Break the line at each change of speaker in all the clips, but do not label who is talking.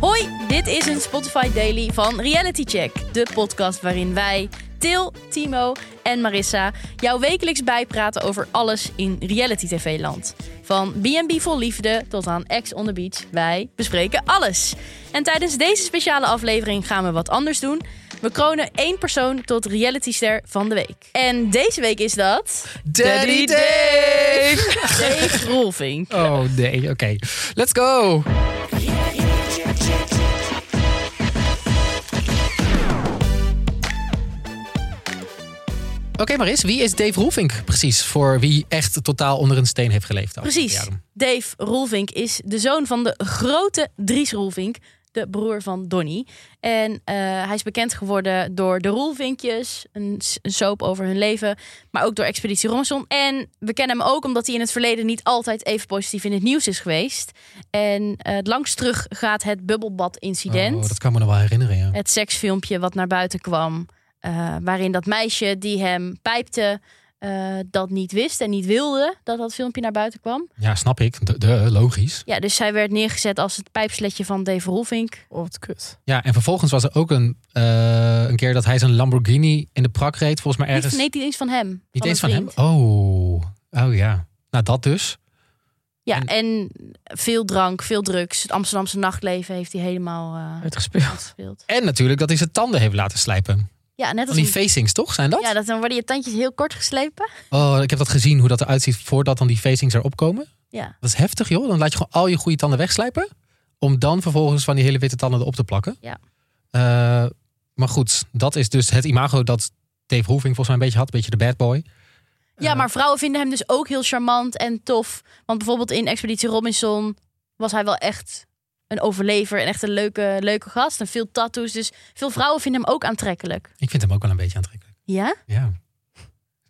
Hoi, dit is een Spotify Daily van Reality Check. De podcast waarin wij, Til, Timo en Marissa... jou wekelijks bijpraten over alles in reality tv-land. Van B&B vol liefde tot aan Ex on the Beach. Wij bespreken alles. En tijdens deze speciale aflevering gaan we wat anders doen... We kronen één persoon tot realityster van de week. En deze week is dat...
Daddy Dave!
Dave Rolfing.
Oh nee, oké. Let's go! Oké Maris, wie is Dave Roelvink precies? Voor wie echt totaal onder een steen heeft geleefd. de afgelopen
Precies.
jaren?
Dave Roelvink is de zoon van de grote Dries Roelvink. De broer van Donnie. En eh, hij is bekend geworden door De Roelvinkjes. Een, s- een soap over hun leven. Maar ook door Expeditie Robinson. En we kennen hem ook omdat hij in het verleden niet altijd even positief in het nieuws is geweest. En eh, langs terug gaat het bubbelbad-incident.
Oh, dat kan me nog wel herinneren, ja.
Het seksfilmpje wat naar buiten kwam. eh, waarin dat meisje die hem pijpte. eh, dat niet wist en niet wilde dat dat filmpje naar buiten kwam.
Ja, snap ik. De, de- logisch.
Ja, dus zij werd neergezet als het pijpsletje van Dave Rolvink.
Oh, wat kut.
Ja, en vervolgens was er ook een, eh, een keer dat hij zijn Lamborghini in de prak reed. Volgens mij
Niet,
ergens...
nee, niet eens van hem.
niet
een
eens van hem?
vriend.
Oh, oh ja. Nou, dat dus.
Ja, en veel drank, veel drugs. Het Amsterdamse nachtleven heeft hij helemaal eh
Uitgespeeld.
gespeeld.
En natuurlijk dat hij zijn tanden heeft laten slijpen.
Ja, net
Van
als
die
een...
facings, toch? Zijn dat?
Ja, dat, dan worden je tandjes heel kort geslepen.
Oh, ik heb dat gezien, hoe dat eruit ziet voordat dan die facings erop komen.
Ja,
Dat is heftig, joh. Dan laat je gewoon al je goede tanden wegslijpen. Om dan vervolgens van die hele witte tanden erop te plakken.
Ja.
Eh, maar goed, dat is dus het imago dat Dave Hoeving volgens mij een beetje had. Een beetje de bad boy.
ja maar vrouwen vinden hem dus ook heel charmant en tof. Want bijvoorbeeld in Expeditie Robinson was hij wel echt een overlever en echt een leuke, leuke gast. En veel tattoos, dus veel vrouwen vinden hem ook aantrekkelijk.
Ik vind hem ook wel een beetje aantrekkelijk.
Ja?
Ja.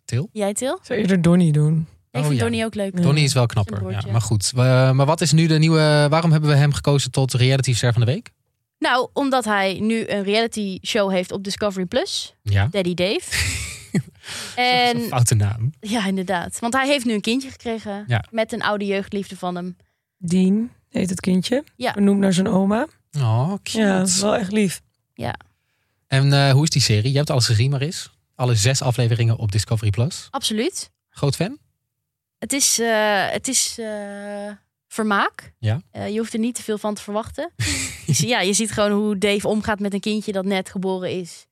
Til?
Jij, Til?
Zou eerder Donnie doen.
Ik
Oh,
vind
ja.
Donnie ook leuk.
Donnie is wel
Zijn
knapper. Ja,
broertje.
maar goed. Eh, maar wat is nu de nieuwe... Waarom hebben we hem gekozen tot reality ster van de week?
Nou, omdat hij nu een reality show heeft op Discovery Plus,
Ja.
Daddy Dave.
Dat is een
en
foute naam.
ja, inderdaad. Want hij heeft nu een kindje gekregen
Ja.
met een oude jeugdliefde van hem.
Dean heet het kindje.
Ja.
Benoemd naar zijn oma.
Oh, cute.
Ja, dat is wel echt lief.
En eh, hoe is die serie? Je hebt alles gezien, Maris. Alle zes afleveringen op Discovery Plus.
Absoluut.
Groot fan?
Het is, eh, het is eh, vermaak.
Ja.
Eh, je hoeft er niet te veel van te verwachten. Je zie- ja, je ziet gewoon hoe Dave omgaat met een kindje dat net geboren is.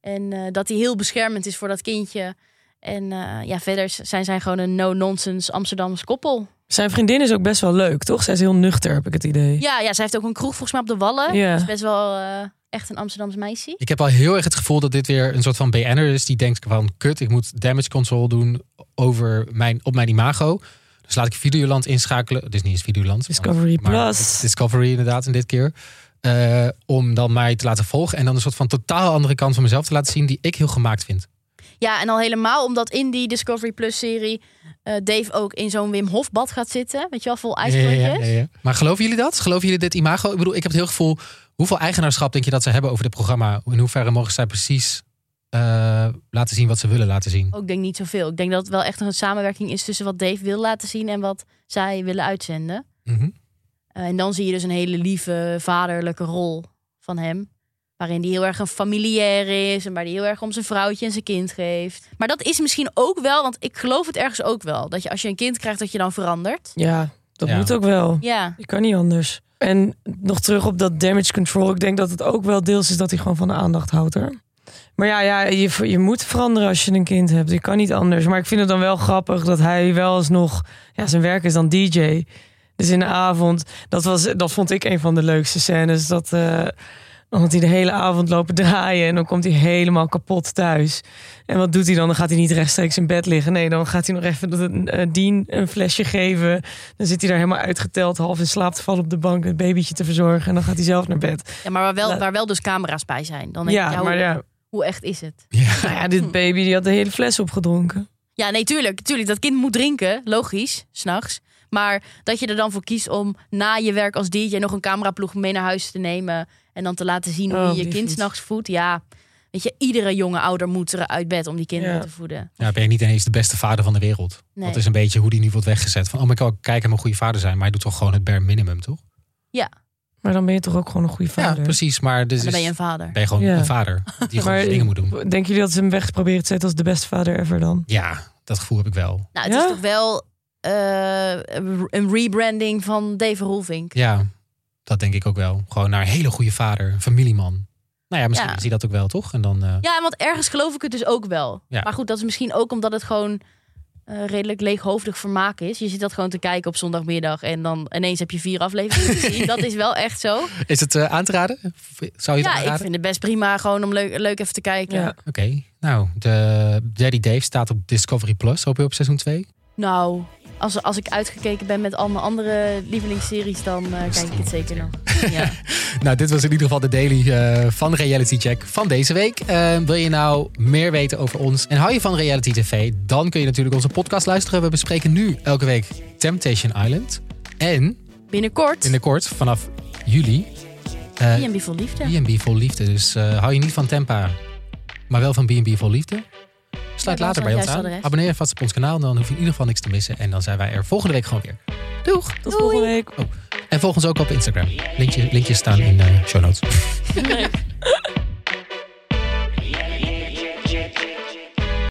En eh, dat hij heel beschermend is voor dat kindje. En eh, ja, verder zijn zij gewoon een no-nonsense Amsterdamse koppel.
Zijn vriendin is ook best wel leuk, toch? Zij is heel nuchter, heb ik het idee.
Ja, ja, zij heeft ook een kroeg volgens mij op de Wallen.
Ja.
Dat is best wel eh, echt een Amsterdams meisje.
Ik heb al heel erg het gevoel dat dit weer een soort van BN'er is. Die denkt van, kut, ik moet damage control doen over mijn, op mijn imago. Dus laat ik Videoland inschakelen. Het is niet eens Videoland. want-
Discovery
maar
Plus.
het is Discovery inderdaad in dit keer. Eh, om dan mij te laten volgen. En dan een soort van totaal andere kant van mezelf te laten zien. Die ik heel gemaakt vind.
Ja, en al helemaal omdat in die Discovery Plus serie eh, Dave ook in zo'n Wim Hof bad gaat zitten. Weet je wel, vol ijsblokjes.
Maar geloven jullie dat? Geloven jullie dit imago? Ik bedoel, ik heb het heel gevoel. Hoeveel eigenaarschap denk je dat ze hebben over dit programma? In hoeverre mogen zij precies eh, laten zien wat ze willen laten zien?
Ook denk niet zoveel. Ik denk dat het wel echt een samenwerking is tussen wat Dave wil laten zien en wat zij willen uitzenden.
Mhm.
Eh, en dan zie je dus een hele lieve vaderlijke rol van hem. Waarin hij heel erg een familiair is en waar hij heel erg om zijn vrouwtje en zijn kind geeft. Maar dat is misschien ook wel, want ik geloof het ergens ook wel. Dat je als je een kind krijgt, dat je dan verandert.
Ja, dat
Ja.
moet ook wel.
Ja,
Je kan niet anders. En nog terug op dat damage control. Ik denk dat het ook wel deels is dat hij gewoon van de aandacht houdt. Hoor. Maar ja, ja je, je moet veranderen als je een kind hebt. Je kan niet anders. Maar ik vind het dan wel grappig dat hij wel eens nog... Ja, zijn werk is dan DJ. Dus in de avond... Dat, was, dat vond ik een van de leukste scènes. Dat, eh omdat hij de hele avond lopen draaien. En dan komt hij helemaal kapot thuis. En wat doet hij dan? Dan gaat hij niet rechtstreeks in bed liggen. Nee, dan gaat hij nog even dat een eh, Dien een flesje geven. Dan zit hij daar helemaal uitgeteld, half in slaap te vallen op de bank, het babytje te verzorgen. En dan gaat hij zelf naar bed.
ja maar waar wel,
La-
waar wel dus camera's bij zijn. Dan denk
Ja,
ik, ja, hoe,
maar ja,
hoe echt is het?
nou ja, dit baby die had de hele fles opgedronken.
Ja, nee, tuurlijk, tuurlijk. Dat kind moet drinken, logisch, s'nachts. Maar dat je er dan voor kiest om na je werk als DJ nog een cameraploeg mee naar huis te nemen. En dan te laten zien hoe
Oh,
je je
die
kind
fiets.
s'nachts voedt. Ja, weet je, iedere jonge ouder moet er uit bed om die kinderen
Ja.
te voeden.
Ja, ben je niet ineens de beste vader van de wereld?
Nee.
Dat is een beetje hoe die nu wordt weggezet. Van, oh, maar ik kan kijken hem een goede vader zijn. Maar hij doet toch gewoon het bare minimum, toch?
Maar dan ben je toch ook gewoon een goede
Ja,
vader.
precies. Maar dus
dan ben je
is-
een vader.
ben je gewoon
Ja.
een vader die gewoon
Maar-
zijn dingen moet doen.
Denken jullie dat ze hem weg proberen te zetten als de beste vader ever dan?
Ja, dat gevoel heb ik wel.
Nou, het
Ja?
is toch wel eh, een rebranding van Dave Roelvink.
Ja, dat denk ik ook wel. Gewoon naar een hele goede vader, een familieman. Nou ja, misschien
Ja.
zie je dat ook wel, toch? En dan, eh,
Ja, want ergens geloof ik het dus ook wel.
Ja.
Maar goed, dat is misschien ook omdat het gewoon eh, redelijk leeghoofdig vermaak is. Je zit dat gewoon te kijken op zondagmiddag en dan ineens heb je vier afleveringen gezien. Dat is wel echt zo.
Is het eh, aan te raden? Zou je het
Ja, ik
aanraden?
vind het best prima gewoon om leuk, leuk even te kijken.
Ja.
Oké, nou, de Daddy Dave staat op Discovery Plus, hoop je op seizoen 2.
Nou, als, als ik uitgekeken ben met al mijn andere lievelingsseries, dan eh, kijk ik het zeker nog. Ja.
Nou, dit was in ieder geval de daily eh, van Reality Check van deze week. Eh, wil je nou meer weten over ons en hou je van Reality TV? Dan kun je natuurlijk onze podcast luisteren. We bespreken nu elke week Temptation Island. En
Binnenkort,
binnenkort, vanaf juli, eh,
B&B Vol Liefde.
B&B Vol Liefde. Dus eh, hou je niet van Tempa, maar wel van B&B Vol Liefde? Sluit
Ja, dan
later
zijn
bij ons
juist
aan.
adres.
Abonneer je vast op ons kanaal, dan hoef je in ieder geval niks te missen. En dan zijn wij er volgende week gewoon weer. Doeg!
Tot volgende week.
En volg ons ook op Instagram. Linkje, linkjes staan in de show notes.